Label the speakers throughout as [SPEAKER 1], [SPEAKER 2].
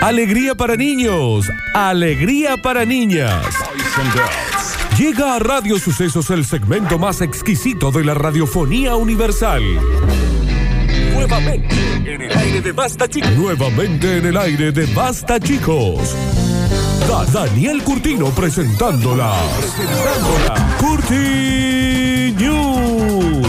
[SPEAKER 1] Alegría para niños, alegría para niñas. Llega a Radio Sucesos el segmento más exquisito de la radiofonía universal. Nuevamente en el aire de Basta Chicos. Nuevamente en el aire de Basta Chicos. Da- Daniel Curtino presentándola. Presentándola. Curti News.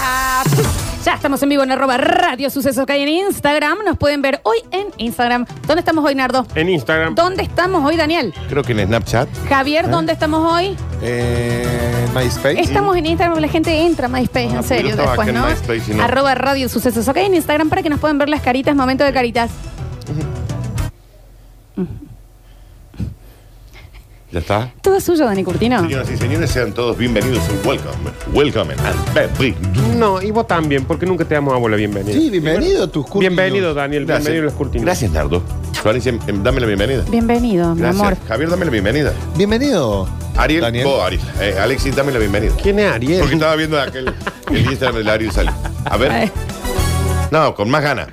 [SPEAKER 2] Ah, puf. Ya estamos en vivo en arroba Radio Sucesos que hay en Instagram. Nos pueden ver hoy en Instagram. ¿Dónde estamos hoy, Nardo?
[SPEAKER 3] En Instagram.
[SPEAKER 2] ¿Dónde estamos hoy, Daniel?
[SPEAKER 4] Creo que en Snapchat.
[SPEAKER 2] Javier, ¿dónde estamos hoy?
[SPEAKER 4] Eh, MySpace.
[SPEAKER 2] Estamos en Instagram, la gente entra a MySpace,
[SPEAKER 4] Ah,
[SPEAKER 2] en serio,
[SPEAKER 4] yo estaba
[SPEAKER 2] después,
[SPEAKER 4] acá en
[SPEAKER 2] ¿no?
[SPEAKER 4] MySpace y no.
[SPEAKER 2] Arroba Radio Sucesos ok en Instagram para que nos puedan ver las caritas, momento de caritas.
[SPEAKER 4] ¿Ya está?
[SPEAKER 2] Todo suyo, Dani Curtino.
[SPEAKER 4] Señoras y señores, sean todos bienvenidos en Welcome. Welcome and Bad
[SPEAKER 3] No, y vos también, porque nunca te damos abuela bienvenida.
[SPEAKER 5] Sí, bienvenido tus curtinos.
[SPEAKER 3] Bienvenido, Daniel. Bienvenido a los curtinos.
[SPEAKER 4] Gracias, Nardo. Florencia, em, dame la bienvenida.
[SPEAKER 2] Bienvenido, mi
[SPEAKER 4] Gracias.
[SPEAKER 2] amor.
[SPEAKER 4] Javier, dame la bienvenida.
[SPEAKER 5] Bienvenido.
[SPEAKER 4] Ariel,
[SPEAKER 5] Daniel.
[SPEAKER 4] vos, Ariel. Eh, Alexis, dame la bienvenida.
[SPEAKER 3] ¿Quién es
[SPEAKER 4] Porque
[SPEAKER 3] Ariel?
[SPEAKER 4] estaba viendo aquel, el Instagram del Ariel Salí. A
[SPEAKER 2] Ay.
[SPEAKER 4] ver. No, con más ganas.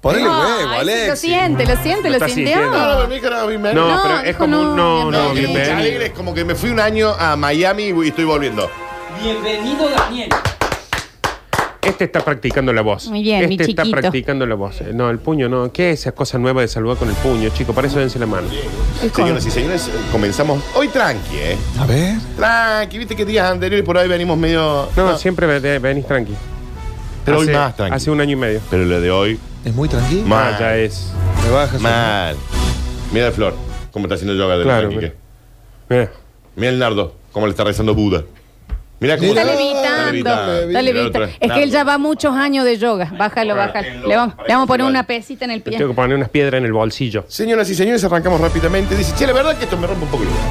[SPEAKER 5] Ponele
[SPEAKER 2] Ay,
[SPEAKER 5] huevo,
[SPEAKER 2] sí, Lo
[SPEAKER 5] Alex.
[SPEAKER 2] siente, lo siente,
[SPEAKER 3] Lo
[SPEAKER 2] lo
[SPEAKER 3] está
[SPEAKER 2] sintió.
[SPEAKER 3] sintiendo. No,
[SPEAKER 4] me dijeron la bienvenida.
[SPEAKER 3] No,
[SPEAKER 2] No,
[SPEAKER 3] pero es
[SPEAKER 2] dijo
[SPEAKER 3] como un.
[SPEAKER 2] no,
[SPEAKER 3] No, no,
[SPEAKER 2] no,
[SPEAKER 4] bienvenido.
[SPEAKER 2] bienvenido.
[SPEAKER 4] alegre, es como que me fui un año a Miami y estoy volviendo.
[SPEAKER 6] Bienvenido Daniel.
[SPEAKER 3] Este está practicando la voz.
[SPEAKER 2] Muy bien,
[SPEAKER 3] Este
[SPEAKER 2] mi
[SPEAKER 3] está
[SPEAKER 2] chiquito.
[SPEAKER 3] practicando la voz. Eh, No, el puño no. ¿Qué es esa cosa nueva de saludar con el puño, chico? Para eso dense la mano.
[SPEAKER 2] Es como-
[SPEAKER 4] Señoras y señores, eh, comenzamos hoy tranqui, ¿eh?
[SPEAKER 5] A ver.
[SPEAKER 4] Tranqui, viste que días anteriores por ahí venimos medio.
[SPEAKER 3] No, siempre ve- venís tranqui.
[SPEAKER 4] Pero
[SPEAKER 3] hace,
[SPEAKER 4] hoy más tranqui.
[SPEAKER 3] Hace un año y medio.
[SPEAKER 4] Pero lo de hoy,
[SPEAKER 5] Es muy tranquilo.
[SPEAKER 4] Ma-
[SPEAKER 3] Ah, ya es.
[SPEAKER 5] Me bajas.
[SPEAKER 4] mal. Mira el Flor, cómo está haciendo yoga de
[SPEAKER 3] Claro,
[SPEAKER 4] noche, Quique.
[SPEAKER 3] Mira.
[SPEAKER 4] Mira el Nardo, cómo le está rezando Buda. Mira cómo
[SPEAKER 2] Está
[SPEAKER 5] Dale,
[SPEAKER 2] levitando,
[SPEAKER 5] levitando.
[SPEAKER 2] está levitando. Es que él ya va muchos años de yoga. Bájalo, bájalo. Le vamos, le vamos a poner una pesita en el
[SPEAKER 3] Te
[SPEAKER 2] pie.
[SPEAKER 3] tengo que poner unas piedras en el bolsillo.
[SPEAKER 4] Señoras y señores, arrancamos rápidamente. Dice, che, la verdad que esto me rompe un poco el lugar.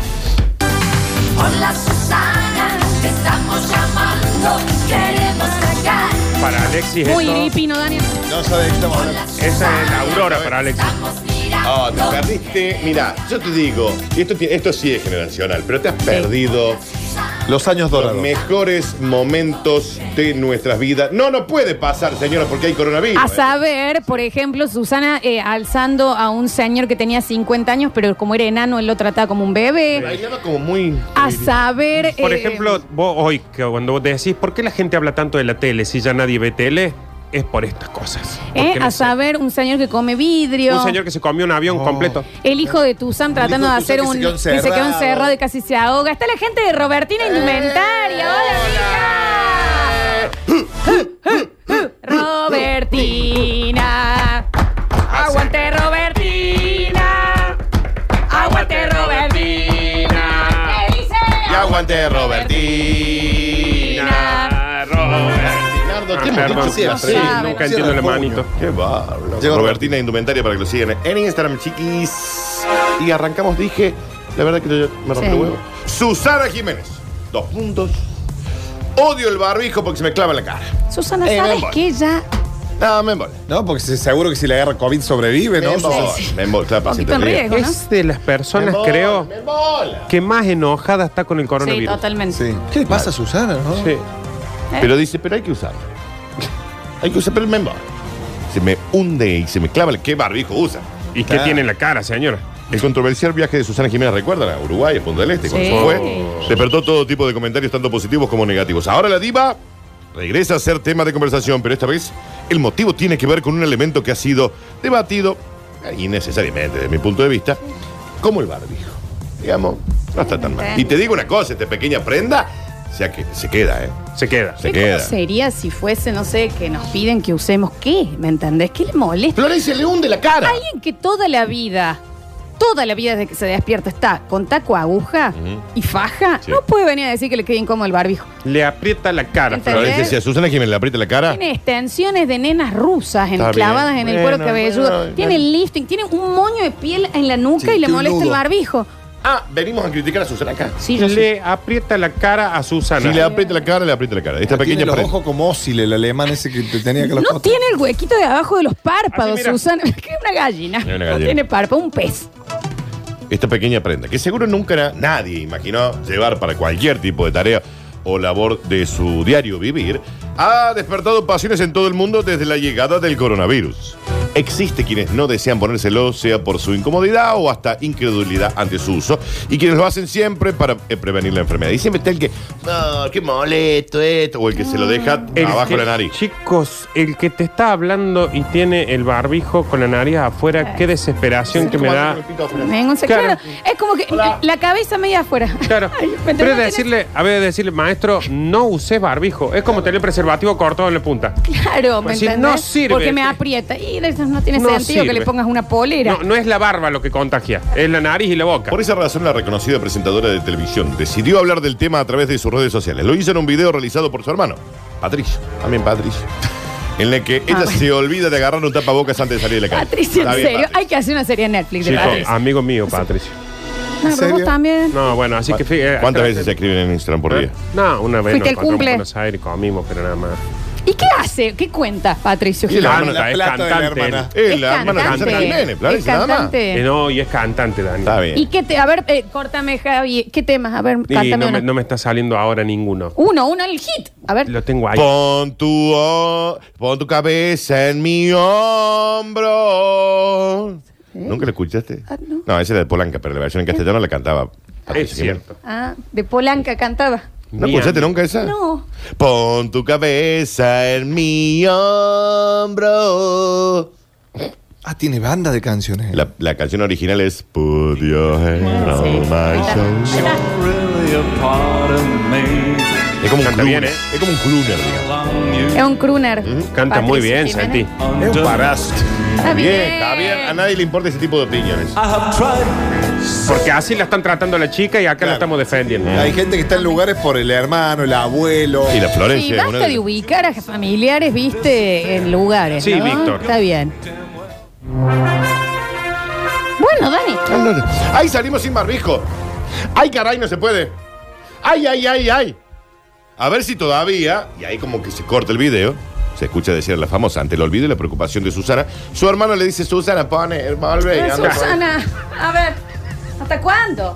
[SPEAKER 7] Hola Susana, te estamos llamando, queremos sacar.
[SPEAKER 3] Para Alexis,
[SPEAKER 2] Muy
[SPEAKER 3] esto-
[SPEAKER 2] iripino, Daniel.
[SPEAKER 5] No sabes que estamos hablando.
[SPEAKER 3] esa es la aurora para Alexis.
[SPEAKER 7] Estamos mirando.
[SPEAKER 4] Ah, te perdiste. Mira, yo te digo, y esto, ti- esto sí es generacional, pero te has perdido
[SPEAKER 5] Los
[SPEAKER 4] los
[SPEAKER 5] años dorados.
[SPEAKER 4] mejores momentos de nuestras vidas. No, no puede pasar, señora, porque hay coronavirus.
[SPEAKER 2] A
[SPEAKER 4] ¿eh?
[SPEAKER 2] saber, por ejemplo, Susana eh, alzando a un señor que tenía 50 años, pero como era enano, él lo trataba como un bebé.
[SPEAKER 4] Bailaba como muy.
[SPEAKER 2] A saber.
[SPEAKER 3] Por
[SPEAKER 2] eh,
[SPEAKER 3] ejemplo, vos hoy, que cuando vos decís, ¿por qué la gente habla tanto de la tele si ya nadie ve tele? Es por estas cosas.
[SPEAKER 2] eh,
[SPEAKER 3] Porque no
[SPEAKER 2] a
[SPEAKER 3] sé.
[SPEAKER 2] saber, un señor que come vidrio.
[SPEAKER 3] Un señor que se comió un avión completo.
[SPEAKER 2] El hijo de Tuzán tratando de
[SPEAKER 5] hijo de
[SPEAKER 2] hacer un.
[SPEAKER 5] Tuzán
[SPEAKER 2] Que
[SPEAKER 5] que se
[SPEAKER 2] se
[SPEAKER 5] quedó
[SPEAKER 2] quedó
[SPEAKER 5] encerrado.
[SPEAKER 2] encerrado y casi se ahoga. Está la gente de Robertina Indumentaria. ¡Hola, amiga! Robertina. Aguante, Robertina. Aguante, Eh, Robertina. ¿Qué dice?
[SPEAKER 4] Y aguante, Robertina. Nardo, ¿qué hemos
[SPEAKER 3] Perdón,
[SPEAKER 4] dicho que
[SPEAKER 5] siempre.
[SPEAKER 4] hacer?
[SPEAKER 2] Sí,
[SPEAKER 3] nunca
[SPEAKER 2] Robertina.
[SPEAKER 3] entiendo la manito.
[SPEAKER 4] Qué bárbaro.
[SPEAKER 5] Llegó
[SPEAKER 4] Robertina Indumentaria para que lo sigan en Instagram, chiquis. Y arrancamos, dije, la verdad que yo me rompí
[SPEAKER 2] Sí.
[SPEAKER 4] el huevo. Susana Jiménez. Dos puntos. Odio el barbijo porque se me clava en la cara.
[SPEAKER 2] Susana,
[SPEAKER 4] Eh,
[SPEAKER 2] ¿sabes
[SPEAKER 4] me voy.
[SPEAKER 2] qué? Ya.
[SPEAKER 4] No, me embola.
[SPEAKER 5] No, porque se- seguro que si le agarra COVID sobrevive,
[SPEAKER 4] Me
[SPEAKER 5] ¿no?
[SPEAKER 4] embola. Me embola. Está
[SPEAKER 2] Poquito
[SPEAKER 4] paciente
[SPEAKER 2] en riesgo, ¿no?
[SPEAKER 3] Es de las
[SPEAKER 4] Me
[SPEAKER 3] personas,
[SPEAKER 4] embola,
[SPEAKER 3] creo,
[SPEAKER 4] Me embola.
[SPEAKER 3] que más enojada está con el
[SPEAKER 2] Sí,
[SPEAKER 3] coronavirus.
[SPEAKER 2] totalmente.
[SPEAKER 5] Sí. ¿Qué le pasa a Susana, no? Ah,
[SPEAKER 3] Sí.
[SPEAKER 2] Eh.
[SPEAKER 4] Pero dice, pero hay que usarlo. Hay que usar, pero me embola. Se me hunde y se me clava. el- ¿Qué barbijo usa?
[SPEAKER 3] ¿Y qué tiene en la cara, señora?
[SPEAKER 4] El controversial viaje de Susana Jiménez, recuerdan, a Uruguay, a Punta del Este, cuando
[SPEAKER 2] Sí.
[SPEAKER 4] se fue, despertó todo tipo de comentarios, tanto positivos como negativos. Ahora la diva regresa a ser tema de conversación, pero esta vez el motivo tiene que ver con un elemento que ha sido debatido, eh, innecesariamente desde mi punto de vista, como el barbijo. Digamos, no está tan mal. Y te digo una cosa, esta pequeña prenda, o sea que se queda, ¿eh?
[SPEAKER 3] Se queda.
[SPEAKER 4] Se
[SPEAKER 2] ¿Qué cómo
[SPEAKER 4] queda.
[SPEAKER 2] sería si fuese, no sé, que nos piden que usemos qué? ¿Me entendés? ¿Qué le molesta?
[SPEAKER 4] Florencia le hunde la cara.
[SPEAKER 2] Alguien que toda la vida, toda la vida desde que se despierta está con taco, aguja y faja,
[SPEAKER 4] Sí.
[SPEAKER 2] no puede venir a decir que le quede incómodo el barbijo.
[SPEAKER 3] Le aprieta la cara.
[SPEAKER 2] Ente-
[SPEAKER 4] Florencia, si a Susana Jiménez le aprieta la cara,
[SPEAKER 2] Tiene extensiones de nenas rusas
[SPEAKER 4] Está
[SPEAKER 2] enclavadas
[SPEAKER 4] bien.
[SPEAKER 2] en el
[SPEAKER 4] Bueno,
[SPEAKER 2] cuero cabelludo.
[SPEAKER 4] bueno,
[SPEAKER 2] tiene lifting, tiene un moño de piel en la nuca y
[SPEAKER 5] Sí,
[SPEAKER 2] le
[SPEAKER 5] tiene un
[SPEAKER 2] molesta el
[SPEAKER 5] nudo.
[SPEAKER 2] barbijo.
[SPEAKER 4] ah, venimos a criticar a Susana acá.
[SPEAKER 2] Sí, yo sé.
[SPEAKER 3] Le aprieta la cara a Susana.
[SPEAKER 4] Si le aprieta la cara, le aprieta Ah, la cara. Esta
[SPEAKER 5] Tiene
[SPEAKER 4] pequeña
[SPEAKER 5] los
[SPEAKER 4] prenda.
[SPEAKER 5] ojos como Osil, el alemán ese que te tenía que los
[SPEAKER 2] No tiene el huequito de abajo de los
[SPEAKER 3] Así,
[SPEAKER 2] párpados,
[SPEAKER 3] mira.
[SPEAKER 2] Susana. Que una gallina.
[SPEAKER 4] Es una
[SPEAKER 2] No
[SPEAKER 4] gallina.
[SPEAKER 2] tiene párpado, un pez.
[SPEAKER 4] esta pequeña prenda, que seguro nunca na- nadie imaginó llevar para cualquier tipo de tarea o labor de su diario vivir, ha despertado pasiones en todo el mundo desde la llegada del coronavirus. Existe quienes no desean ponérselo, sea por su incomodidad o hasta incredulidad ante su uso, y quienes lo hacen siempre para eh, prevenir la enfermedad. Y siempre está el que, "Ah, qué molesto esto, o el que se lo deja
[SPEAKER 3] Mm. El
[SPEAKER 4] abajo
[SPEAKER 3] que-
[SPEAKER 4] la nariz.
[SPEAKER 3] Chicos, el que te está hablando y tiene el barbijo con la nariz afuera, qué desesperación que me da.
[SPEAKER 2] Ningún se-
[SPEAKER 3] Claro.
[SPEAKER 2] claro, Es como que la cabeza media afuera.
[SPEAKER 3] Claro.
[SPEAKER 2] Ay, me
[SPEAKER 3] Pero
[SPEAKER 2] termino
[SPEAKER 3] es decirle, a ver, decirle, maestro, no uses barbijo. Es como tener el preservativo cortado en la punta.
[SPEAKER 2] teniendo- Claro, ¿me
[SPEAKER 3] Pues si no
[SPEAKER 2] entendés?
[SPEAKER 3] sirve.
[SPEAKER 2] Porque me aprieta. Y de eso no tiene
[SPEAKER 3] No
[SPEAKER 2] sentido que
[SPEAKER 3] sirve.
[SPEAKER 2] le pongas una polera.
[SPEAKER 3] No, no es la barba lo que contagia, es la nariz y la boca.
[SPEAKER 4] Por esa razón, la reconocida presentadora de televisión decidió hablar del tema a través de sus redes sociales. Lo hizo en un video realizado por su hermano, Patricio. También Patricio. En el que ella
[SPEAKER 2] Ah, bueno.
[SPEAKER 4] se olvida de agarrar un tapabocas antes de salir de la calle.
[SPEAKER 2] Patricia, en
[SPEAKER 4] Está bien,
[SPEAKER 2] serio,
[SPEAKER 4] Patricio.
[SPEAKER 2] hay que hacer una serie en Netflix de
[SPEAKER 3] Chicos,
[SPEAKER 2] Patricia.
[SPEAKER 3] amigo mío, Patricio.
[SPEAKER 2] No, pero vos
[SPEAKER 5] serio?
[SPEAKER 2] también.
[SPEAKER 3] ah, No, bueno, así que fíjate.
[SPEAKER 4] ¿Cuántas veces se escriben en Instagram
[SPEAKER 2] ¿Eh?
[SPEAKER 4] por día?
[SPEAKER 3] No, una vez
[SPEAKER 2] Fuiste
[SPEAKER 3] nos
[SPEAKER 2] al
[SPEAKER 3] encontramos
[SPEAKER 2] cumple.
[SPEAKER 3] en Buenos Aires, comimos, pero nada más.
[SPEAKER 2] ¿Y qué hace? ¿Qué cuenta Patricio?
[SPEAKER 4] Y la-
[SPEAKER 3] Canta,
[SPEAKER 5] la
[SPEAKER 3] es
[SPEAKER 5] plata de la
[SPEAKER 3] cantante.
[SPEAKER 5] hermana.
[SPEAKER 3] él.
[SPEAKER 4] Es
[SPEAKER 2] Es
[SPEAKER 4] la hermana de
[SPEAKER 2] cantante,
[SPEAKER 4] Susana Jiménez,
[SPEAKER 2] es
[SPEAKER 4] Claris, nada más.
[SPEAKER 2] cantante.
[SPEAKER 3] Eh, no, y es cantante, Dani.
[SPEAKER 4] Está bien.
[SPEAKER 2] ¿Y qué te, a ver, eh, córtame, Javi, ¿qué temas? A ver,
[SPEAKER 3] Y
[SPEAKER 2] cántame
[SPEAKER 3] no
[SPEAKER 2] uno.
[SPEAKER 3] me, no me está saliendo ahora ninguno.
[SPEAKER 2] Uno, uno, el hit. A ver,
[SPEAKER 3] Lo tengo ahí.
[SPEAKER 4] Pon tu, o- pon tu cabeza en mi hombro. ¿Nunca la escuchaste?
[SPEAKER 2] ¿Eh? Ah, no.
[SPEAKER 4] esa era de Polanca, pero la versión en castellano la cantaba.
[SPEAKER 3] es
[SPEAKER 4] Patricio Jiménez.
[SPEAKER 3] cierto.
[SPEAKER 2] ah, de Polanca cantaba.
[SPEAKER 4] pues ¿No
[SPEAKER 3] Bien.
[SPEAKER 4] escuchaste nunca esa?
[SPEAKER 2] No.
[SPEAKER 4] Pon tu cabeza en mi hombro.
[SPEAKER 5] Ah, tiene banda de canciones.
[SPEAKER 4] La, la canción original es Put your hand
[SPEAKER 2] Sí.
[SPEAKER 4] on
[SPEAKER 2] Ahí
[SPEAKER 4] my
[SPEAKER 2] está, ahí
[SPEAKER 4] shoulder.
[SPEAKER 2] está.
[SPEAKER 4] Es como un
[SPEAKER 3] Canta bien,
[SPEAKER 4] crooner.
[SPEAKER 3] ¿eh?
[SPEAKER 4] Es como un crooner, digamos.
[SPEAKER 2] Es un crooner.
[SPEAKER 3] Canta muy
[SPEAKER 2] Patricio
[SPEAKER 3] bien,
[SPEAKER 2] Jiménez.
[SPEAKER 3] Santi.
[SPEAKER 5] Es un parásito.
[SPEAKER 2] Está bien.
[SPEAKER 4] Bien, Javier. A nadie le importa ese tipo de opiniones.
[SPEAKER 3] Ah. Porque así la están tratando a la chica y acá la estamos defendiendo.
[SPEAKER 5] Hay gente que está en lugares por el hermano, el abuelo.
[SPEAKER 4] Y la Florencia.
[SPEAKER 2] Sí,
[SPEAKER 4] es una
[SPEAKER 2] basta de ubicar a familiares, viste, en lugares.
[SPEAKER 3] Sí,
[SPEAKER 2] ¿no?
[SPEAKER 3] Víctor.
[SPEAKER 2] Está bien. Bueno,
[SPEAKER 4] No,
[SPEAKER 2] Dani.
[SPEAKER 4] no, no. ¡Ay, salimos sin barbijo! ¡Ay, caray, no se puede! ¡Ay, ay, ay, ay! A ver si todavía, y ahí como que se corta el video, se escucha decir a la famosa, ante el olvido y la preocupación de Susana, su hermano le dice, Susana, pone el volve.
[SPEAKER 2] Ah,
[SPEAKER 4] anda, pone".
[SPEAKER 2] Susana, a ver, ¿hasta cuándo?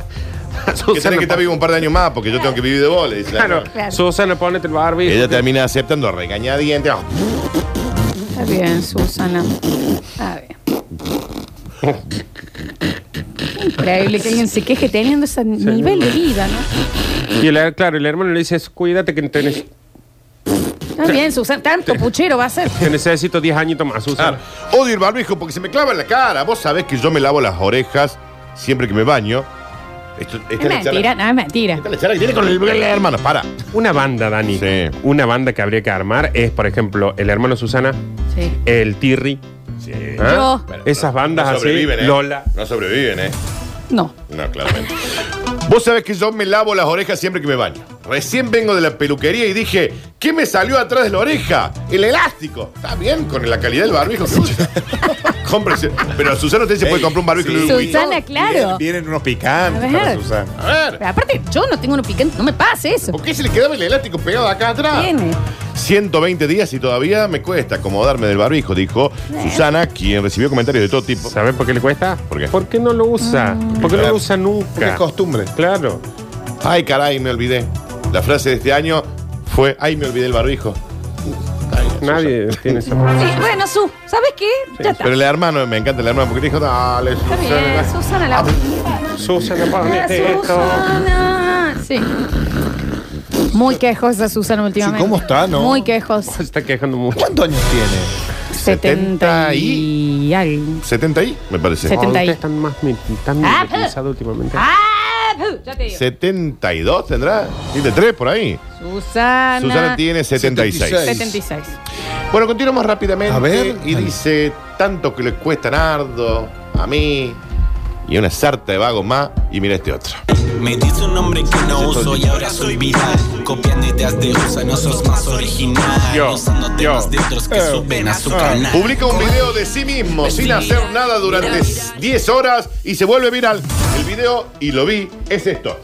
[SPEAKER 4] Que tenés que estar vivo un par de años más porque yo tengo que vivir de vos, le dice la
[SPEAKER 3] Claro.
[SPEAKER 4] hermana.
[SPEAKER 2] Claro.
[SPEAKER 3] Susana, ponete el barbijo.
[SPEAKER 4] Ella termina aceptando a regañadientes. Ah,
[SPEAKER 2] Está bien, Susana. Está bien. Increíble que alguien se queje teniendo ese nivel de vida, ¿no?
[SPEAKER 3] Y el, claro, el hermano le dice, cuídate que tenés-
[SPEAKER 2] Está bien, Susana. Tanto puchero va a ser.
[SPEAKER 3] te necesito 10 añitos más, Susana.
[SPEAKER 4] claro. Odio el barbijo porque se me clava en la cara. Vos sabés que yo me lavo las orejas siempre que me baño. Esto, esta
[SPEAKER 2] Es
[SPEAKER 4] es la charla-
[SPEAKER 2] mentira, no, es mentira.
[SPEAKER 4] esta es la charla que tiene con el, la hermana. Para.
[SPEAKER 3] Una banda, Dani.
[SPEAKER 4] Sí.
[SPEAKER 3] Una banda que habría que armar es, por ejemplo, el hermano Susana,
[SPEAKER 4] ¿Eh?
[SPEAKER 2] Sí.
[SPEAKER 3] el Tirri.
[SPEAKER 2] Yo.
[SPEAKER 4] Bueno,
[SPEAKER 3] Esas
[SPEAKER 4] no-
[SPEAKER 3] bandas
[SPEAKER 4] no
[SPEAKER 3] así.
[SPEAKER 4] sobreviven, ¿eh?
[SPEAKER 3] Lola.
[SPEAKER 4] No sobreviven, ¿eh?
[SPEAKER 2] No.
[SPEAKER 4] No, claramente. Vos sabés que yo me lavo las orejas siempre que me baño. Recién vengo de la peluquería y dije, ¿qué me salió atrás de la oreja? El elástico. Está bien con la calidad del barbijo que usa. Cómprese. Pero a Susana usted se puede
[SPEAKER 5] Ey,
[SPEAKER 4] comprar un barbijo
[SPEAKER 5] sí.
[SPEAKER 4] Louis Vuitton.
[SPEAKER 2] Susana, claro.
[SPEAKER 5] Vienen, vienen unos picantes
[SPEAKER 2] A ver.
[SPEAKER 5] para Susana.
[SPEAKER 4] A ver,
[SPEAKER 2] Pero aparte, yo no tengo uno picante, no me pase eso.
[SPEAKER 4] ¿por qué se le quedaba el elástico pegado acá atrás?
[SPEAKER 2] Tiene.
[SPEAKER 4] 120 días y todavía me cuesta acomodarme del barbijo, dijo Susana, quien recibió comentarios de todo tipo.
[SPEAKER 3] ¿Sabes por qué le cuesta?
[SPEAKER 4] ¿Por qué?
[SPEAKER 3] Porque no lo usa.
[SPEAKER 2] Ah.
[SPEAKER 3] Porque no
[SPEAKER 5] Claro.
[SPEAKER 3] lo usa
[SPEAKER 5] Porque
[SPEAKER 3] nunca.
[SPEAKER 5] es costumbre.
[SPEAKER 3] Claro.
[SPEAKER 4] Ay, caray, me olvidé. La frase de este año fue, ay, me olvidé el barbijo. Ay,
[SPEAKER 3] Nadie tiene esa.
[SPEAKER 2] Sí, bueno, Su, ¿sabes qué? ya está.
[SPEAKER 4] Pero el hermano, me encanta el hermano porque dijo, dale,
[SPEAKER 2] Está bien,
[SPEAKER 4] Susana.
[SPEAKER 2] Susana
[SPEAKER 5] Ah,
[SPEAKER 2] la.
[SPEAKER 3] Susana,
[SPEAKER 2] Ah,
[SPEAKER 3] ponete esto.
[SPEAKER 2] Susana. Sí. Muy quejosa Susana últimamente.
[SPEAKER 5] Sí, ¿cómo está, no?
[SPEAKER 2] Muy quejosa.
[SPEAKER 3] Se está quejando mucho.
[SPEAKER 5] ¿Cuántos años tiene?
[SPEAKER 2] 70 y algo.
[SPEAKER 4] 70 y, me parece.
[SPEAKER 2] Setenta- 70 y-
[SPEAKER 3] Ustedes están más mi- tan
[SPEAKER 2] Ah,
[SPEAKER 3] mimetizado últimamente.
[SPEAKER 2] ¡Ah! puh, Ya te digo.
[SPEAKER 4] 72 tendrá. Tiene 3 por ahí.
[SPEAKER 2] Susana.
[SPEAKER 4] Susana tiene 76.
[SPEAKER 2] 76.
[SPEAKER 4] Bueno, continuamos rápidamente.
[SPEAKER 5] A ver.
[SPEAKER 4] Y
[SPEAKER 5] Dale.
[SPEAKER 4] dice, tanto que le cuesta a Nardo, a mí, y una sarta de vagos más, y mira este otro.
[SPEAKER 8] Me dice un nombre que no uso y ahora soy viral. Copiando ideas de USA, no sos más original.
[SPEAKER 3] Yo,
[SPEAKER 8] Usando
[SPEAKER 3] yo. Eh, ah.
[SPEAKER 8] temas de otros que suben a su canal.
[SPEAKER 4] Publica un video de sí mismo sin hacer nada durante 10 horas y se vuelve viral. El video, y lo vi, es esto.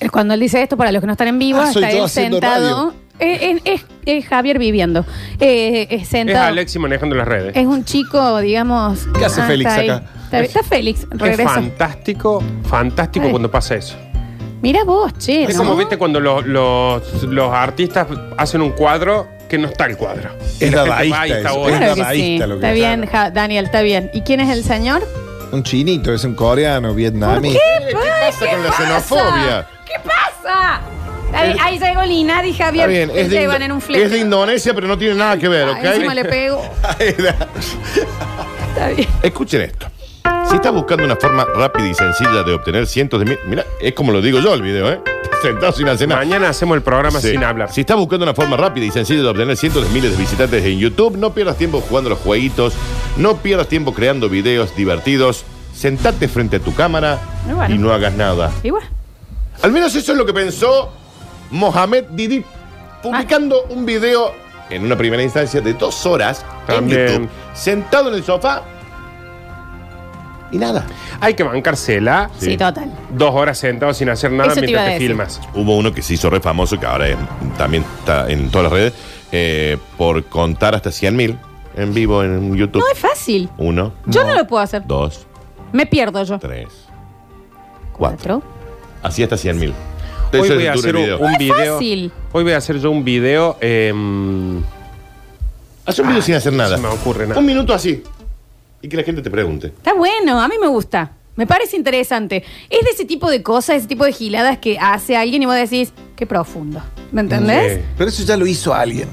[SPEAKER 2] Es Cuando él dice esto, para los que no están en vivo,
[SPEAKER 5] Ah, soy
[SPEAKER 2] está
[SPEAKER 5] yo
[SPEAKER 2] él
[SPEAKER 5] haciendo
[SPEAKER 2] sentado. Es, es- es- es Javier viviendo. Eh, es
[SPEAKER 3] Es
[SPEAKER 2] sentado. Eh,
[SPEAKER 3] Alexi manejando las redes.
[SPEAKER 2] Es un chico, digamos.
[SPEAKER 5] ¿Qué hace
[SPEAKER 2] ah,
[SPEAKER 5] Félix
[SPEAKER 2] está ahí.
[SPEAKER 5] acá?
[SPEAKER 2] Está, está Félix,
[SPEAKER 3] Es
[SPEAKER 2] regresa.
[SPEAKER 3] fantástico, fantástico
[SPEAKER 2] Ay.
[SPEAKER 3] cuando pasa eso.
[SPEAKER 2] Mira vos, che.
[SPEAKER 3] Es
[SPEAKER 2] ¿no?
[SPEAKER 3] como, viste, cuando los, los, los artistas hacen un cuadro que no está el cuadro. Y
[SPEAKER 5] Es
[SPEAKER 3] la gente va y
[SPEAKER 5] dadaísta.
[SPEAKER 3] está
[SPEAKER 5] eso,
[SPEAKER 3] ahora.
[SPEAKER 5] Es
[SPEAKER 2] Claro que sí.
[SPEAKER 5] dadaísta lo que
[SPEAKER 2] Está
[SPEAKER 5] es,
[SPEAKER 2] bien,
[SPEAKER 5] claro.
[SPEAKER 2] Ja- Daniel, está bien. ¿Y quién es el señor?
[SPEAKER 5] Un chinito, es un coreano, vietnamita.
[SPEAKER 4] Eh, ¿Qué pasa con la xenofobia?
[SPEAKER 2] ¿Qué pasa? Ahí, ahí llegó Lina, y
[SPEAKER 4] Está
[SPEAKER 2] Javier.
[SPEAKER 4] bien, es de,
[SPEAKER 2] llevan
[SPEAKER 4] Indo-
[SPEAKER 2] en un flete.
[SPEAKER 4] es de Indonesia, pero no tiene nada que ver,
[SPEAKER 2] Ah, Encima le
[SPEAKER 4] ¿ok?
[SPEAKER 2] pego. Está bien.
[SPEAKER 4] Escuchen esto. Si estás buscando una forma rápida y sencilla de obtener cientos de mil. Mira, es como lo digo yo el video, ¿eh? Sentado sin hacer nada.
[SPEAKER 3] Mañana hacemos el programa
[SPEAKER 4] Sí.
[SPEAKER 3] sin hablar.
[SPEAKER 4] Si estás buscando una forma rápida y sencilla de obtener cientos de miles de visitantes en YouTube, no pierdas tiempo jugando a los jueguitos, no pierdas tiempo creando videos divertidos. Sentate frente a tu cámara
[SPEAKER 2] Y bueno.
[SPEAKER 4] y no hagas nada.
[SPEAKER 2] Y bueno,
[SPEAKER 4] Al menos eso es lo que pensó Mohamed Didi publicando
[SPEAKER 2] Ah.
[SPEAKER 4] un video en una primera instancia de dos horas
[SPEAKER 3] También.
[SPEAKER 4] en YouTube, sentado en el sofá y nada.
[SPEAKER 3] Hay que bancársela.
[SPEAKER 2] sí, total.
[SPEAKER 3] Dos horas sentado sin hacer nada
[SPEAKER 2] Eso te iba
[SPEAKER 3] mientras
[SPEAKER 2] a
[SPEAKER 3] te,
[SPEAKER 2] decir.
[SPEAKER 3] filmas.
[SPEAKER 4] Hubo uno que se hizo re famoso, que ahora es- también está en todas las redes, eh, por contar hasta 100 mil en vivo en YouTube.
[SPEAKER 2] No es fácil.
[SPEAKER 4] Uno,
[SPEAKER 2] Yo no, lo puedo hacer.
[SPEAKER 4] dos,
[SPEAKER 2] Me pierdo yo.
[SPEAKER 4] tres.
[SPEAKER 2] Cuatro.
[SPEAKER 4] Así hasta 100 mil.
[SPEAKER 3] Hoy voy a hacer un, un video.
[SPEAKER 2] fácil.
[SPEAKER 3] Hoy voy a hacer yo un video. em,
[SPEAKER 4] Hace un video sin hacer nada.
[SPEAKER 3] se me ocurre nada.
[SPEAKER 4] Un minuto así. Y que la gente te pregunte.
[SPEAKER 2] Está bueno, a mí me gusta. Me parece interesante. Es de ese tipo de cosas, ese tipo de giladas que hace alguien y vos decís, qué profundo. ¿Me entendés?
[SPEAKER 5] Pero eso ya lo hizo alguien.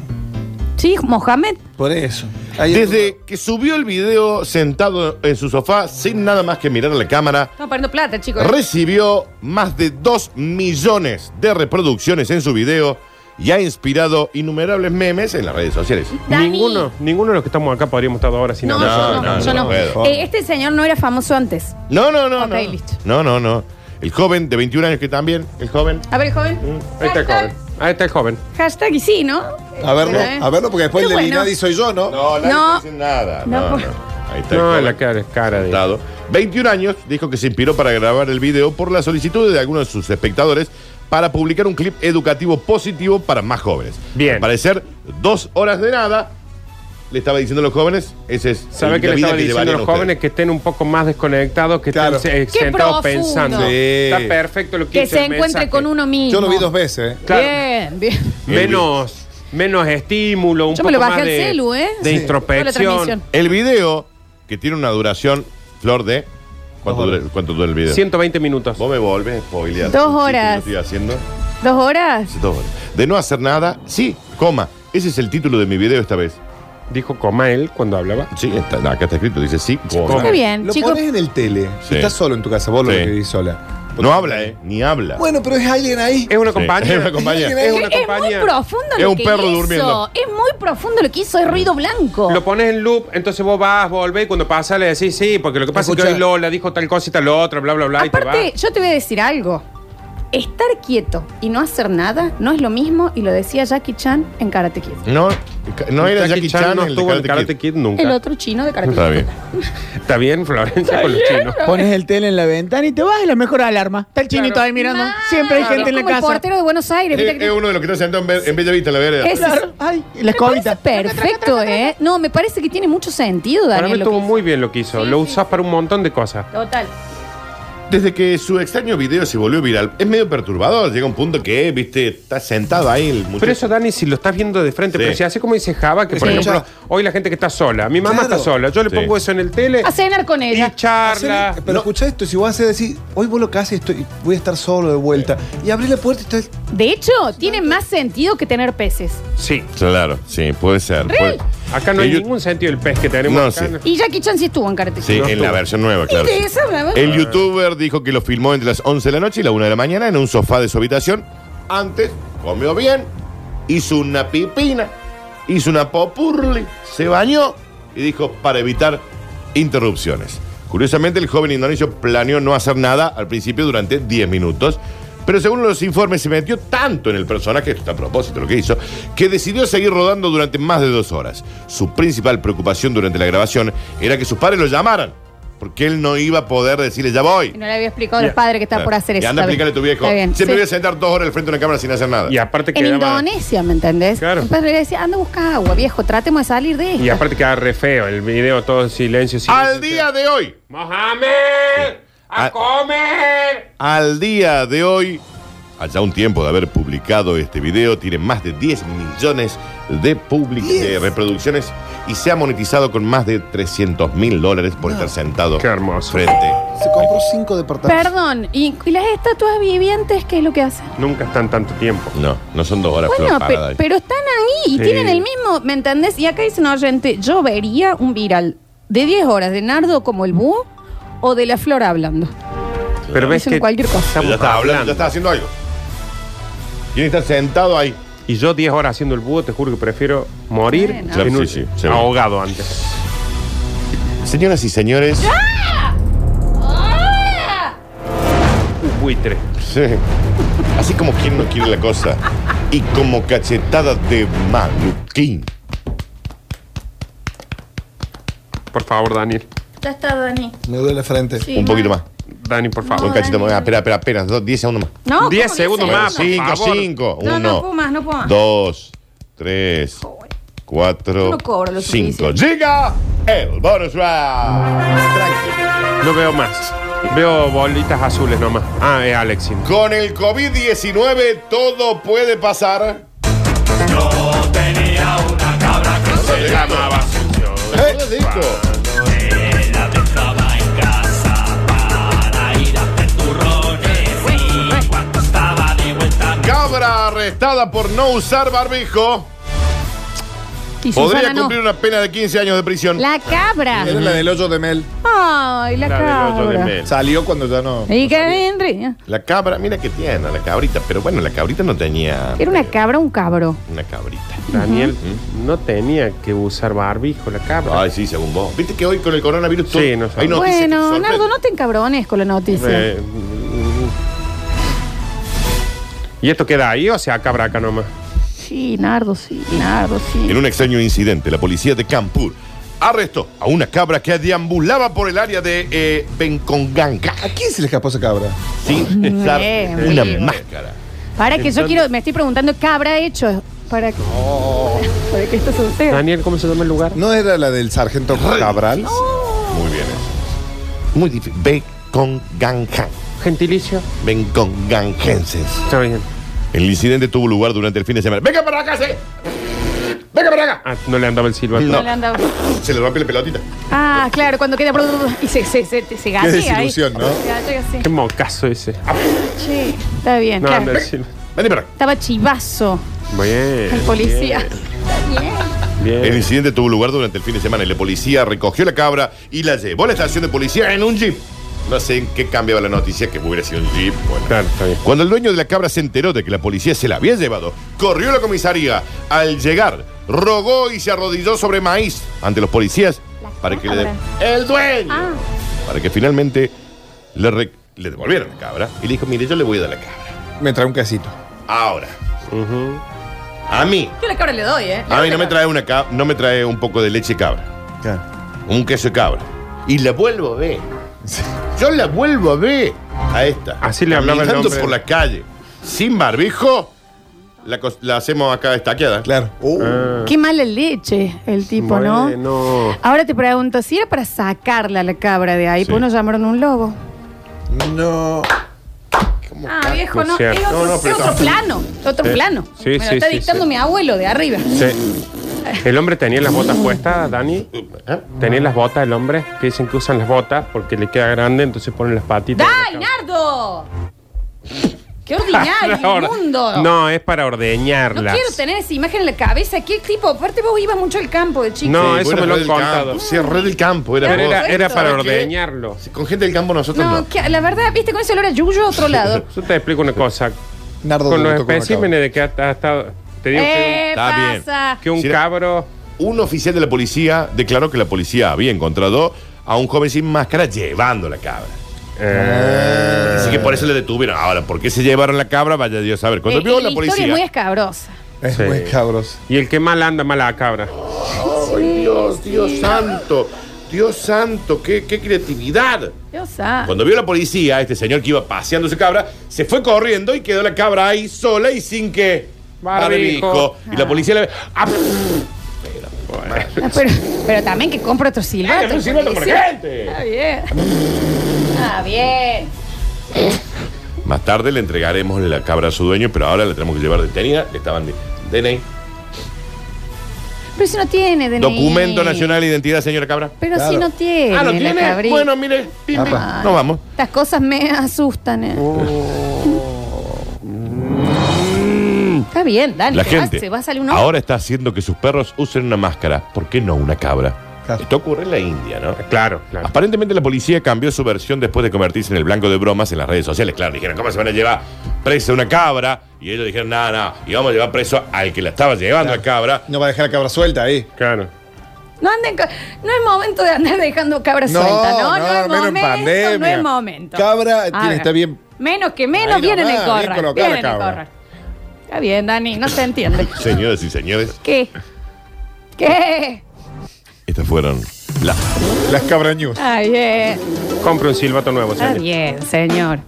[SPEAKER 2] Sí, Mohamed.
[SPEAKER 5] Por eso. Hay-
[SPEAKER 4] Desde que subió el video sentado en su sofá, sin nada más que mirar a la cámara,
[SPEAKER 2] Estamos perdiendo plata, chicos.
[SPEAKER 4] recibió más de 2 millones de reproducciones en su video y ha inspirado innumerables memes en las redes sociales.
[SPEAKER 2] Dani.
[SPEAKER 3] ninguno, ninguno de los que estamos acá podríamos estar dos horas sin
[SPEAKER 2] No,
[SPEAKER 3] hablar.
[SPEAKER 4] No,
[SPEAKER 2] yo no,
[SPEAKER 4] no,
[SPEAKER 2] yo
[SPEAKER 4] no
[SPEAKER 2] no.
[SPEAKER 4] puedo.
[SPEAKER 2] Eh, este señor no era famoso antes.
[SPEAKER 4] No, no, no.
[SPEAKER 2] Ok,
[SPEAKER 4] no.
[SPEAKER 2] listo.
[SPEAKER 4] no, no, no. El joven de 21 años que también, el joven.
[SPEAKER 2] A ver, joven.
[SPEAKER 3] Ahí está el
[SPEAKER 2] Hashtag-
[SPEAKER 3] Mm, este joven. Ahí está el joven.
[SPEAKER 2] Hashtag y sí, ¿no?
[SPEAKER 5] A verlo,
[SPEAKER 2] Eh.
[SPEAKER 5] a verlo, porque después el
[SPEAKER 2] Qué
[SPEAKER 5] de
[SPEAKER 2] bueno.
[SPEAKER 5] Linadi soy yo, ¿no?
[SPEAKER 4] nadie
[SPEAKER 2] No.
[SPEAKER 4] está diciendo nada.
[SPEAKER 2] No,
[SPEAKER 4] No, no.
[SPEAKER 2] por-
[SPEAKER 4] Ahí está el
[SPEAKER 3] No,
[SPEAKER 4] joven.
[SPEAKER 3] la cara, cara de.
[SPEAKER 4] Dado. 21 años, dijo que se inspiró para grabar el video por la solicitud de algunos de sus espectadores para publicar un clip educativo positivo para más jóvenes.
[SPEAKER 3] Bien.
[SPEAKER 4] Al parecer, dos horas de nada, le estaba diciendo a los jóvenes, ese es
[SPEAKER 3] ¿Sabe
[SPEAKER 4] el-
[SPEAKER 3] qué
[SPEAKER 4] la
[SPEAKER 3] le estaba
[SPEAKER 4] vida que
[SPEAKER 3] diciendo a los
[SPEAKER 4] llevarían
[SPEAKER 3] jóvenes?
[SPEAKER 4] ustedes.
[SPEAKER 3] Que estén un poco más desconectados, que
[SPEAKER 5] Claro.
[SPEAKER 3] estén eh,
[SPEAKER 2] Qué profundo.
[SPEAKER 3] sentados pensando.
[SPEAKER 5] Sí.
[SPEAKER 3] Está perfecto lo que
[SPEAKER 2] Que
[SPEAKER 3] hizo
[SPEAKER 2] se
[SPEAKER 3] el
[SPEAKER 2] encuentre
[SPEAKER 3] mensaje.
[SPEAKER 2] con uno mismo.
[SPEAKER 5] Yo lo vi dos veces. ¿eh?
[SPEAKER 3] Claro.
[SPEAKER 2] Bien, bien.
[SPEAKER 3] Menos, menos estímulo, un
[SPEAKER 2] Yo me
[SPEAKER 3] poco
[SPEAKER 2] lo
[SPEAKER 3] más
[SPEAKER 2] bajé al
[SPEAKER 3] de,
[SPEAKER 2] celu, ¿eh? Sí.
[SPEAKER 3] de
[SPEAKER 2] Toda la
[SPEAKER 3] introspección.
[SPEAKER 2] transmisión.
[SPEAKER 4] El video, que tiene una duración, Flor, de... ¿Cuánto, dura, cuánto dura el video?
[SPEAKER 3] 120 minutos.
[SPEAKER 4] Vos me volves, spoileando.
[SPEAKER 2] Dos
[SPEAKER 4] Sí, que
[SPEAKER 2] horas.
[SPEAKER 4] lo estoy haciendo.
[SPEAKER 2] ¿Dos horas?
[SPEAKER 4] Dos horas. De no hacer nada, sí, coma. Ese es el título de mi video esta vez.
[SPEAKER 3] Dijo coma él cuando hablaba.
[SPEAKER 4] Sí, está- acá está escrito, dice sí, coma.
[SPEAKER 2] Está bien,
[SPEAKER 5] Lo
[SPEAKER 2] chicos.
[SPEAKER 5] pones en el tele.
[SPEAKER 4] Sí.
[SPEAKER 5] Si estás solo en tu casa, vos lo
[SPEAKER 4] Sí.
[SPEAKER 5] escribís sola.
[SPEAKER 4] No habla, ¿eh? Ni habla.
[SPEAKER 5] Bueno, pero es alguien ahí.
[SPEAKER 3] Es una
[SPEAKER 4] Sí,
[SPEAKER 3] compañía.
[SPEAKER 4] Es una compañía.
[SPEAKER 5] Es
[SPEAKER 2] Es,
[SPEAKER 3] una
[SPEAKER 2] muy
[SPEAKER 3] compañía.
[SPEAKER 2] profundo
[SPEAKER 4] Es
[SPEAKER 2] lo
[SPEAKER 4] un
[SPEAKER 2] que
[SPEAKER 4] perro
[SPEAKER 2] hizo.
[SPEAKER 4] durmiendo.
[SPEAKER 2] Es muy profundo lo que hizo, es ruido blanco.
[SPEAKER 3] Lo pones en loop, entonces vos vas, volvés y cuando pasa le decís sí, porque lo que pasa es que
[SPEAKER 5] Escuchá.
[SPEAKER 3] hoy Lola dijo tal cosa y tal otra, bla, bla, bla, y
[SPEAKER 2] Aparte,
[SPEAKER 3] te
[SPEAKER 2] yo te voy a decir algo. Estar quieto y no hacer nada no es lo mismo, y lo decía Jackie Chan en Karate Kid.
[SPEAKER 4] No, no
[SPEAKER 3] va.
[SPEAKER 4] era Jackie Chan,
[SPEAKER 3] no
[SPEAKER 4] el
[SPEAKER 3] estuvo en
[SPEAKER 4] de Karate
[SPEAKER 3] Karate
[SPEAKER 4] Kid.
[SPEAKER 3] Kid nunca.
[SPEAKER 2] El otro chino de Karate Kid.
[SPEAKER 4] Está bien.
[SPEAKER 3] Está bien, Florencia, con los chinos.
[SPEAKER 9] Pones el tele en la ventana y te vas y la mejor alarma. Está el chinito
[SPEAKER 3] Claro.
[SPEAKER 9] ahí mirando.
[SPEAKER 2] Mal.
[SPEAKER 9] Siempre hay
[SPEAKER 2] Claro.
[SPEAKER 9] gente en la
[SPEAKER 2] Es Ah, como el
[SPEAKER 9] casa.
[SPEAKER 2] portero de Buenos Aires. ¿viste
[SPEAKER 4] Es,
[SPEAKER 2] que-
[SPEAKER 4] es uno de los que está sentado en, Be- en Bella Vista, en la vereda.
[SPEAKER 2] Es-
[SPEAKER 9] Claro. Ay, y la
[SPEAKER 2] Me parece
[SPEAKER 9] escobita.
[SPEAKER 2] perfecto, ¿eh? No, me parece que tiene mucho sentido,
[SPEAKER 3] Para mí
[SPEAKER 2] Daniel. lo que
[SPEAKER 3] estuvo
[SPEAKER 2] hizo.
[SPEAKER 3] muy bien lo que hizo.
[SPEAKER 2] Sí,
[SPEAKER 3] lo
[SPEAKER 2] sí.
[SPEAKER 3] usás para un montón de cosas.
[SPEAKER 2] Total.
[SPEAKER 4] Desde que su extraño video se volvió viral, es medio perturbador. Llega un punto que, viste, está sentado ahí el muchacho.
[SPEAKER 3] Pero eso, Dani, si lo estás viendo de frente,
[SPEAKER 4] Sí.
[SPEAKER 3] pero si hace como dice Java, que por
[SPEAKER 2] Sí.
[SPEAKER 3] ejemplo, hoy la gente que está sola, mi mamá
[SPEAKER 5] Claro.
[SPEAKER 3] está sola, yo le
[SPEAKER 4] Sí.
[SPEAKER 3] pongo eso en el tele
[SPEAKER 2] A cenar con ella.
[SPEAKER 3] y charla.
[SPEAKER 5] Hacer- pero escucha esto, si vos haces decir, hoy vos lo que haces, estoy, voy a estar solo de vuelta. Y abrí la puerta y estás.
[SPEAKER 2] De hecho, tiene más sentido que tener peces.
[SPEAKER 3] Sí.
[SPEAKER 4] Claro, sí, puede ser. puede-
[SPEAKER 3] Acá no hay
[SPEAKER 4] Ellos-
[SPEAKER 3] ningún sentido del pez que tenemos
[SPEAKER 4] No,
[SPEAKER 3] acá.
[SPEAKER 4] sí.
[SPEAKER 2] Y Jackie Chan sí estuvo en Karate
[SPEAKER 4] Sí,
[SPEAKER 2] Kid.
[SPEAKER 4] en la versión nueva,
[SPEAKER 2] Y
[SPEAKER 4] claro. Eh,
[SPEAKER 2] de esa, ¿no?
[SPEAKER 4] El youtuber dijo que lo filmó entre las 11 de la noche y la 1 de la mañana en un sofá de su habitación. Antes comió bien, hizo una pipina, hizo una popurli, se bañó y dijo para evitar interrupciones. Curiosamente, el joven indonesio planeó no hacer nada al principio durante 10 minutos. Pero según los informes, se metió tanto en el personaje, esto está a propósito lo que hizo, que decidió seguir rodando durante más de dos horas. Su principal preocupación durante la grabación era que sus padres lo llamaran, porque él no iba a poder decirle, ya voy.
[SPEAKER 2] Y no le había explicado a los
[SPEAKER 3] Ya.
[SPEAKER 2] padres que estaba por hacer eso.
[SPEAKER 4] Y anda a
[SPEAKER 2] está bien.
[SPEAKER 4] explicarle a tu viejo.
[SPEAKER 2] Está bien.
[SPEAKER 4] Siempre voy a
[SPEAKER 2] sí.
[SPEAKER 4] sentar dos horas al frente de una cámara sin hacer nada.
[SPEAKER 3] Y aparte
[SPEAKER 2] En
[SPEAKER 3] quedaba.
[SPEAKER 2] Indonesia, ¿me entendés?
[SPEAKER 3] Claro.
[SPEAKER 2] El padre le decía, anda a buscar agua, viejo, tratemos de salir de esto.
[SPEAKER 3] Y aparte quedaba re feo el video, todo en silencio. silencio.
[SPEAKER 4] Al día de hoy,
[SPEAKER 3] ¡Mohamed! ¡A
[SPEAKER 4] Ah.
[SPEAKER 3] comer!
[SPEAKER 4] al día de hoy, allá un tiempo de haber publicado este video, tiene más de 10 millones de, public- de reproducciones y se ha monetizado con más de 300 mil dólares por estar sentado
[SPEAKER 3] Qué hermoso.
[SPEAKER 4] frente.
[SPEAKER 5] Se compró cinco departamentos.
[SPEAKER 2] Perdón, ¿y, y las estatuas vivientes qué es lo que hacen?
[SPEAKER 3] Nunca están tanto tiempo.
[SPEAKER 4] No, no son dos horas
[SPEAKER 2] Bueno,
[SPEAKER 4] flor,
[SPEAKER 2] pe-
[SPEAKER 4] parada.
[SPEAKER 2] pero están ahí y
[SPEAKER 3] Sí.
[SPEAKER 2] tienen el mismo, ¿me entendés? Y acá dice un oyente, yo vería un viral de 10 horas de Nardo como el búho o de la flor hablando.
[SPEAKER 3] Pero ves
[SPEAKER 2] Dicen
[SPEAKER 3] que
[SPEAKER 2] cualquier cosa.
[SPEAKER 4] Pero
[SPEAKER 3] estamos
[SPEAKER 4] ya está hablando, ya está haciendo algo. ¿Quién está sentado ahí?
[SPEAKER 3] Y yo 10 horas haciendo el búho, te juro que prefiero morir
[SPEAKER 2] Bueno.
[SPEAKER 4] Claro,
[SPEAKER 3] en un-
[SPEAKER 4] sí, sí, sí.
[SPEAKER 3] ahogado antes.
[SPEAKER 4] Señoras y señores.
[SPEAKER 3] Un buitre.
[SPEAKER 4] Sí. Así como quien no quiere la cosa. Y como cachetada de maluquín.
[SPEAKER 3] Por favor, Daniel.
[SPEAKER 2] Ya está, Dani.
[SPEAKER 5] Me duele la frente.
[SPEAKER 2] Sí,
[SPEAKER 4] Un
[SPEAKER 2] no.
[SPEAKER 4] poquito más.
[SPEAKER 3] Dani, por favor.
[SPEAKER 4] Un cachito más. Ah, espera, espera, espera. Dos, diez segundos más.
[SPEAKER 2] No, ¿cómo
[SPEAKER 3] 10
[SPEAKER 2] que
[SPEAKER 3] segundos
[SPEAKER 2] dice?
[SPEAKER 3] más, sí.
[SPEAKER 4] Cinco,
[SPEAKER 3] favor.
[SPEAKER 4] cinco.
[SPEAKER 2] No,
[SPEAKER 4] uno.
[SPEAKER 2] no puedo más, no puedo más.
[SPEAKER 4] Dos, tres, cuatro,
[SPEAKER 2] Yo no cobro lo
[SPEAKER 4] cinco.
[SPEAKER 2] suficiente.
[SPEAKER 4] Llega el bonus round.
[SPEAKER 3] No veo más. Veo bolitas azules nomás. Ah, es Alexin.
[SPEAKER 4] Con el COVID-19 todo puede pasar. Yo tenía una cabra que se llamaba. Cabra arrestada por no usar barbijo.
[SPEAKER 2] Y
[SPEAKER 4] Podría
[SPEAKER 2] Susana no.
[SPEAKER 4] cumplir una pena de 15 años de prisión.
[SPEAKER 2] La cabra.
[SPEAKER 5] Era la del hoyo de Mel.
[SPEAKER 2] Ay, la,
[SPEAKER 3] La del hoyo de
[SPEAKER 2] cabra.
[SPEAKER 3] Mel.
[SPEAKER 5] Salió cuando ya no.
[SPEAKER 2] Y que vendría.
[SPEAKER 4] La cabra, mira que tiene, la cabrita. Pero bueno, la cabrita no tenía
[SPEAKER 2] Era una cabra, un cabro.
[SPEAKER 4] una cabrita.
[SPEAKER 3] Daniel no tenía que usar barbijo la cabra.
[SPEAKER 4] Ay, sí, según vos. Viste que hoy con el coronavirus
[SPEAKER 3] Sí,
[SPEAKER 4] todo-
[SPEAKER 3] no
[SPEAKER 4] hay
[SPEAKER 3] sabemos.
[SPEAKER 4] noticias que
[SPEAKER 2] bueno,
[SPEAKER 4] sorprenden.
[SPEAKER 2] Nardo, no te encabrones con la noticia.
[SPEAKER 3] Eh, mm. ¿Y esto queda ahí o se acabra acá nomás?
[SPEAKER 2] Sí, Nardo, sí, Nardo, sí.
[SPEAKER 4] En un extraño incidente, la policía de Kanpur arrestó a una cabra que deambulaba por el área de eh, Benconganga
[SPEAKER 5] ¿A quién se le escapó esa cabra?
[SPEAKER 4] sin usar
[SPEAKER 2] Eh,
[SPEAKER 4] una
[SPEAKER 2] amigo.
[SPEAKER 4] máscara.
[SPEAKER 2] Para que yo quiero, me estoy preguntando qué habrá hecho para que, para que esto suceda.
[SPEAKER 3] Daniel, ¿cómo se llama el lugar?
[SPEAKER 5] ¿No era la del sargento Cabral?
[SPEAKER 4] Muy bien eso. Muy difícil. Benconganga.
[SPEAKER 3] Gentilicio.
[SPEAKER 4] Bencongangenses.
[SPEAKER 3] Está bien.
[SPEAKER 4] El incidente tuvo lugar durante el fin de semana. ¡Venga para acá, sí! ¡Venga para acá!
[SPEAKER 3] Ah, no le andaba el silbato.
[SPEAKER 4] No.
[SPEAKER 2] No le han dado-
[SPEAKER 4] Se le rompió la pelotita.
[SPEAKER 2] Ah, claro, cuando queda y se, se, se, se, se gatea
[SPEAKER 5] Qué
[SPEAKER 2] ahí.
[SPEAKER 5] desilusión, ¿no?
[SPEAKER 2] Se gatea así.
[SPEAKER 3] Qué mocazo ese. Ah,
[SPEAKER 2] Sí, está bien,
[SPEAKER 3] No
[SPEAKER 2] claro.
[SPEAKER 3] anda el silbato.
[SPEAKER 4] Vení para acá.
[SPEAKER 2] Estaba chivazo
[SPEAKER 3] Bien.
[SPEAKER 2] el policía.
[SPEAKER 3] Bien.
[SPEAKER 4] El incidente tuvo lugar durante el fin de semana y la policía recogió la cabra y la llevó a la estación de policía en un jeep. No sé en qué cambiaba la noticia que hubiera sido un jeep. Bueno.
[SPEAKER 3] Claro, está bien.
[SPEAKER 4] Cuando el dueño de la cabra se enteró de que la policía se la había llevado, corrió a la comisaría. Al llegar, rogó y se arrodilló sobre maíz ante los policías
[SPEAKER 2] La
[SPEAKER 4] para que le
[SPEAKER 2] cabra.
[SPEAKER 4] den- ¡El dueño!
[SPEAKER 2] Ah,
[SPEAKER 4] Para que finalmente le, re- le devolvieron la cabra y le dijo, mire, yo le voy a dar la cabra.
[SPEAKER 5] Me trae un casito.
[SPEAKER 4] Ahora, a mí,
[SPEAKER 2] yo la cabra le doy, ¿eh?
[SPEAKER 4] a mí no me trae una cab- no me trae un poco de leche cabra. un queso de cabra. Y la vuelvo a ver. Yo la vuelvo a ver a esta.
[SPEAKER 3] Así le hablaba el
[SPEAKER 4] Caminando
[SPEAKER 3] hombre.
[SPEAKER 4] por la calle, sin barbijo, la, cos- la hacemos acá estaqueada.
[SPEAKER 5] Claro. Uh,
[SPEAKER 2] Qué mala leche el tipo, ¿no?
[SPEAKER 3] Bueno.
[SPEAKER 2] Ahora te pregunto, si era para sacarla la cabra de ahí,
[SPEAKER 4] Sí.
[SPEAKER 2] pues nos llamaron un lobo.
[SPEAKER 5] No.
[SPEAKER 2] Ah, viejo, no,
[SPEAKER 3] cierto.
[SPEAKER 2] es otro,
[SPEAKER 3] No, no, pero
[SPEAKER 2] es otro plano, es otro
[SPEAKER 3] Sí.
[SPEAKER 2] plano.
[SPEAKER 3] Sí,
[SPEAKER 2] Me
[SPEAKER 3] sí,
[SPEAKER 2] lo está
[SPEAKER 3] sí,
[SPEAKER 2] dictando
[SPEAKER 3] sí.
[SPEAKER 2] mi abuelo de arriba.
[SPEAKER 3] Sí. El hombre tenía las botas puestas, Dani.
[SPEAKER 4] ¿Eh?
[SPEAKER 3] Tenía las botas el hombre, que dicen que usan las botas porque le queda grande, entonces ponen las patitas.
[SPEAKER 2] ¡Dai,
[SPEAKER 3] en la
[SPEAKER 2] Nardo! ¡Qué ordinario,
[SPEAKER 3] cama. Ahora-
[SPEAKER 2] inmundo!
[SPEAKER 3] No, es para
[SPEAKER 2] No
[SPEAKER 3] ordeñarlas.
[SPEAKER 2] quiero tener esa imagen en la cabeza. ¿Qué tipo? Aparte vos ibas mucho al campo de chico.
[SPEAKER 3] No,
[SPEAKER 4] Sí,
[SPEAKER 3] eso
[SPEAKER 4] vos
[SPEAKER 3] me lo
[SPEAKER 4] eras re
[SPEAKER 3] han
[SPEAKER 4] del
[SPEAKER 3] contado.
[SPEAKER 4] campo, Sí, re del campo, era,
[SPEAKER 3] Pero era,
[SPEAKER 4] vos.
[SPEAKER 3] era
[SPEAKER 2] eh,
[SPEAKER 3] para
[SPEAKER 4] ¿Sabes qué?
[SPEAKER 3] ordeñarlo.
[SPEAKER 4] Sí, Con gente del campo nosotros no.
[SPEAKER 2] No, que- la verdad, viste, con ese olor a yuyo a otro lado.
[SPEAKER 3] Yo te explico una cosa.
[SPEAKER 5] Nardo
[SPEAKER 3] Con
[SPEAKER 5] le
[SPEAKER 3] los
[SPEAKER 5] gustó cómo
[SPEAKER 3] especímenes de que ha ha estado. Te digo
[SPEAKER 2] ¡Eh,
[SPEAKER 3] que
[SPEAKER 4] Está bien.
[SPEAKER 2] pasa!
[SPEAKER 3] un- que un
[SPEAKER 4] Si era-
[SPEAKER 3] cabro.
[SPEAKER 4] Un oficial de la policía declaró que la policía había encontrado a un joven sin máscara llevando la cabra.
[SPEAKER 3] eh,
[SPEAKER 4] Así que por eso le detuvieron. Ahora, ¿por qué se llevaron la cabra? Vaya Dios a ver. Cuando
[SPEAKER 2] Eh,
[SPEAKER 4] vio
[SPEAKER 2] y
[SPEAKER 4] la
[SPEAKER 2] historia es muy
[SPEAKER 4] policía.
[SPEAKER 2] escabrosa.
[SPEAKER 5] acabó. Es muy
[SPEAKER 3] Sí.
[SPEAKER 5] cabros.
[SPEAKER 3] Y el que mal anda, mala cabra.
[SPEAKER 4] ¡Ay, Dios, Dios santo! Dios santo, qué, qué creatividad.
[SPEAKER 2] Dios sabe.
[SPEAKER 4] Cuando vio la policía, este señor que iba paseando su cabra, se fue corriendo y quedó la cabra ahí sola y sin que
[SPEAKER 3] Barbijo.
[SPEAKER 4] Y la policía le ve. ¡Ah! pff!
[SPEAKER 2] Ah, Pero, pero también que compra otro silbato.
[SPEAKER 4] ¡Hágame un silbato por
[SPEAKER 2] policía.
[SPEAKER 4] gente!
[SPEAKER 2] Está bien. Está bien.
[SPEAKER 4] Más tarde le entregaremos la cabra a su dueño, pero ahora la tenemos que llevar detenida. Le estaban de DNI.
[SPEAKER 2] Pero si no tiene DNI.
[SPEAKER 4] Documento Nacional de Identidad, señora Cabra.
[SPEAKER 2] Pero si
[SPEAKER 5] Claro.
[SPEAKER 2] no tiene.
[SPEAKER 4] Ah, ¿no
[SPEAKER 2] la
[SPEAKER 4] tiene?
[SPEAKER 2] cabrita.
[SPEAKER 4] Bueno, mire, pim, pim.
[SPEAKER 5] Apa.
[SPEAKER 4] Nos vamos.
[SPEAKER 2] Estas cosas me asustan. eh.
[SPEAKER 4] Oh.
[SPEAKER 2] Está bien, Dani.
[SPEAKER 4] La
[SPEAKER 2] te va-
[SPEAKER 4] gente
[SPEAKER 2] "Ah, se va a salir un ojo.
[SPEAKER 4] ahora está haciendo que sus perros usen una máscara. ¿Por qué no una cabra?
[SPEAKER 5] Claro.
[SPEAKER 4] Esto ocurre en la India, ¿no?
[SPEAKER 3] Claro, claro.
[SPEAKER 4] Aparentemente la policía cambió su versión después de convertirse en el blanco de bromas en las redes sociales. Claro, dijeron, ¿cómo se van a llevar presa una cabra? Y ellos dijeron, nada, nada, y vamos a llevar preso al que la estaba llevando la cabra.
[SPEAKER 5] No va a dejar la cabra suelta ahí.
[SPEAKER 3] Claro.
[SPEAKER 2] No, anden ca- no es momento de andar dejando cabras
[SPEAKER 5] No,
[SPEAKER 2] sueltas, ¿no?
[SPEAKER 5] no,
[SPEAKER 2] es
[SPEAKER 5] menos en
[SPEAKER 2] momento,
[SPEAKER 5] pandemia.
[SPEAKER 2] No es momento.
[SPEAKER 5] Cabra tiene-
[SPEAKER 2] ver.
[SPEAKER 5] está bien-
[SPEAKER 2] Menos que menos
[SPEAKER 5] Ahí
[SPEAKER 2] vienen en
[SPEAKER 5] nomás,
[SPEAKER 2] el
[SPEAKER 5] bien
[SPEAKER 2] corral.
[SPEAKER 5] colocada
[SPEAKER 2] Vienen en
[SPEAKER 5] la
[SPEAKER 2] el
[SPEAKER 5] cabra.
[SPEAKER 2] corral. Está bien, Dani, no se entiende.
[SPEAKER 4] Señoras y señores,
[SPEAKER 2] ¿Qué? ¿Qué?
[SPEAKER 4] estas fueron las...
[SPEAKER 5] Las cabra news.
[SPEAKER 2] Está bien.
[SPEAKER 3] Compre un silbato nuevo,
[SPEAKER 2] Está
[SPEAKER 3] señor.
[SPEAKER 2] bien, señor.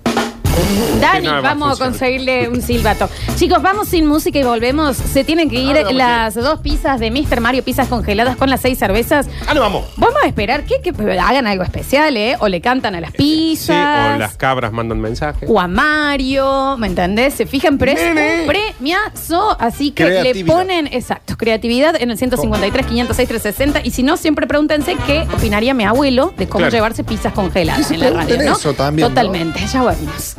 [SPEAKER 2] Dani,
[SPEAKER 3] nada
[SPEAKER 2] vamos
[SPEAKER 3] más
[SPEAKER 2] a
[SPEAKER 3] funciona.
[SPEAKER 2] conseguirle un silbato. Chicos, vamos sin música y volvemos. Se tienen que ir
[SPEAKER 4] Ahora vamos,
[SPEAKER 2] las dos pizzas de Mr. Mario, pizzas congeladas con las seis cervezas.
[SPEAKER 4] ¡Ah, no, vamos!
[SPEAKER 2] Vamos a esperar que, que hagan algo especial, ¿eh? O le cantan a las
[SPEAKER 3] Sí, o las
[SPEAKER 2] pizzas.
[SPEAKER 3] cabras mandan mensajes.
[SPEAKER 2] o a Mario, ¿me entendés? Se fijan, pero es un premiazo, así que le
[SPEAKER 5] Creatividad.
[SPEAKER 2] ponen, exacto, creatividad en el 153, 506, 360. Y si no, siempre pregúntense qué opinaría mi abuelo de cómo
[SPEAKER 3] Claro.
[SPEAKER 2] llevarse pizzas congeladas
[SPEAKER 5] se
[SPEAKER 2] en la radio,
[SPEAKER 5] pregunten
[SPEAKER 2] ¿no?
[SPEAKER 5] eso también, ¿no?
[SPEAKER 2] Totalmente, ya volvemos.